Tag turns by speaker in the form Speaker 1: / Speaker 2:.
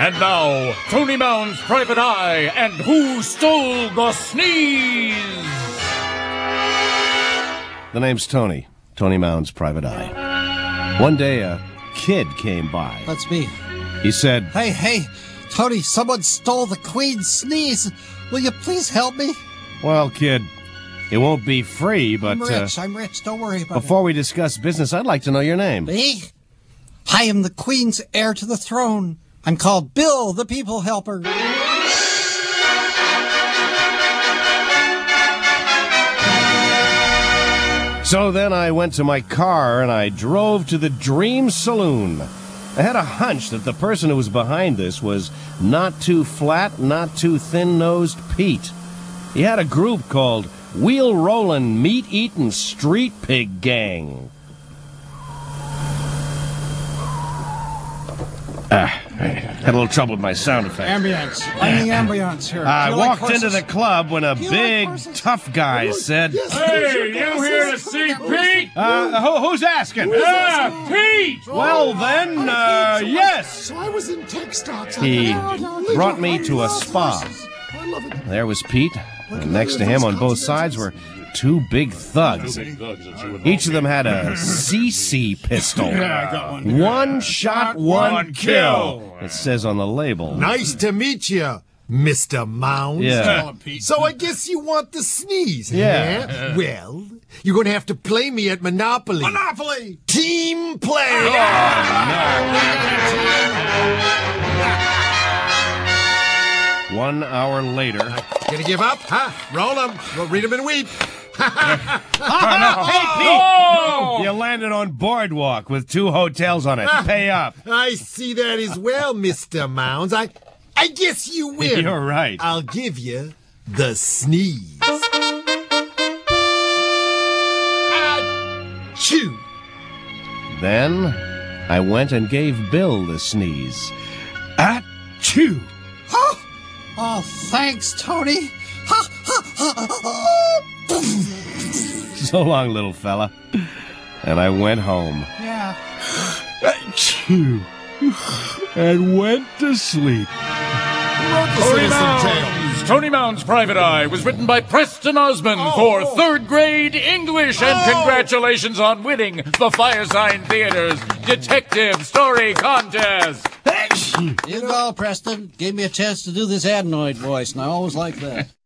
Speaker 1: And now, Tony Mound's Private Eye and Who Stole the Sneeze?
Speaker 2: The name's Tony. Tony Mound's private eye. One day, a kid came by.
Speaker 3: That's me.
Speaker 2: He said,
Speaker 3: Hey, hey, Tony, someone stole the queen's sneeze. Will you please help me?
Speaker 2: Well, kid, it won't be free, but
Speaker 3: I'm
Speaker 2: uh,
Speaker 3: rich. I'm rich. Don't worry about
Speaker 2: before we discuss business, I'd like to know your name.
Speaker 3: it. Me? I am the queen's heir to the throne. I'm called Bill, the people helper.
Speaker 2: So then I went to my car and I drove to the Dream Saloon. I had a hunch that the person who was behind this was not too flat, not too thin nosed Pete. He had a group called Wheel Rollin' Meat Eatin' Street Pig Gang. Ah, had a little trouble with my sound effect.
Speaker 3: Ambulance. I'm the ambulance here.
Speaker 2: I
Speaker 3: Do you like
Speaker 2: walked into
Speaker 3: horses?
Speaker 2: the club when a
Speaker 3: you like
Speaker 2: big,
Speaker 3: horses?
Speaker 2: tough guy said,
Speaker 1: Hey, you here to see Pete?
Speaker 2: uh, who, Who's asking? Ah,
Speaker 1: Yeah, Pete!
Speaker 2: Well, then, uh, yes.
Speaker 4: So I was in tech stocks.
Speaker 2: He
Speaker 4: I found out later
Speaker 2: brought me
Speaker 4: on
Speaker 2: to a
Speaker 4: those
Speaker 2: spa.
Speaker 4: horses. I love it.
Speaker 2: There was Pete, and next to him on both sides were two big thugs. Each of them had a CC pistol.
Speaker 1: I got one.
Speaker 2: One shot, one
Speaker 1: one kill.
Speaker 2: kill. It says on the label.
Speaker 4: Nice to meet you, Mr. Mounds.
Speaker 2: Yeah.
Speaker 4: So I guess you want the sneeze,
Speaker 2: Yeah.
Speaker 4: huh? Well, you're going to have to play me at Monopoly. Monopoly! Team play!
Speaker 2: One hour later,
Speaker 4: Gonna give up? Huh? Roll them. We'll read them and weep.
Speaker 2: you landed on Boardwalk with two hotels on it. Pay up.
Speaker 4: I see that as well, Mr. Mounds. I, I guess you win.
Speaker 2: You're right.
Speaker 4: I'll give you the sneeze. Chew.
Speaker 2: Then I went and gave Bill the sneeze. Ah, At chew.
Speaker 3: Oh, thanks, Tony. Ha, ha, ha, ha, ha.
Speaker 2: So long, little fella. And I went home.
Speaker 3: Yeah.
Speaker 2: Chew. Ah, And went to sleep.
Speaker 1: Tony Mound's, Tony Mound's Private Eye was written by Preston Osmond for third grade English, and congratulations on winning the Firesign Theater's Detective Story Contest.
Speaker 3: You go, Preston. Gave me a chance to do this adenoid voice, and I always like that.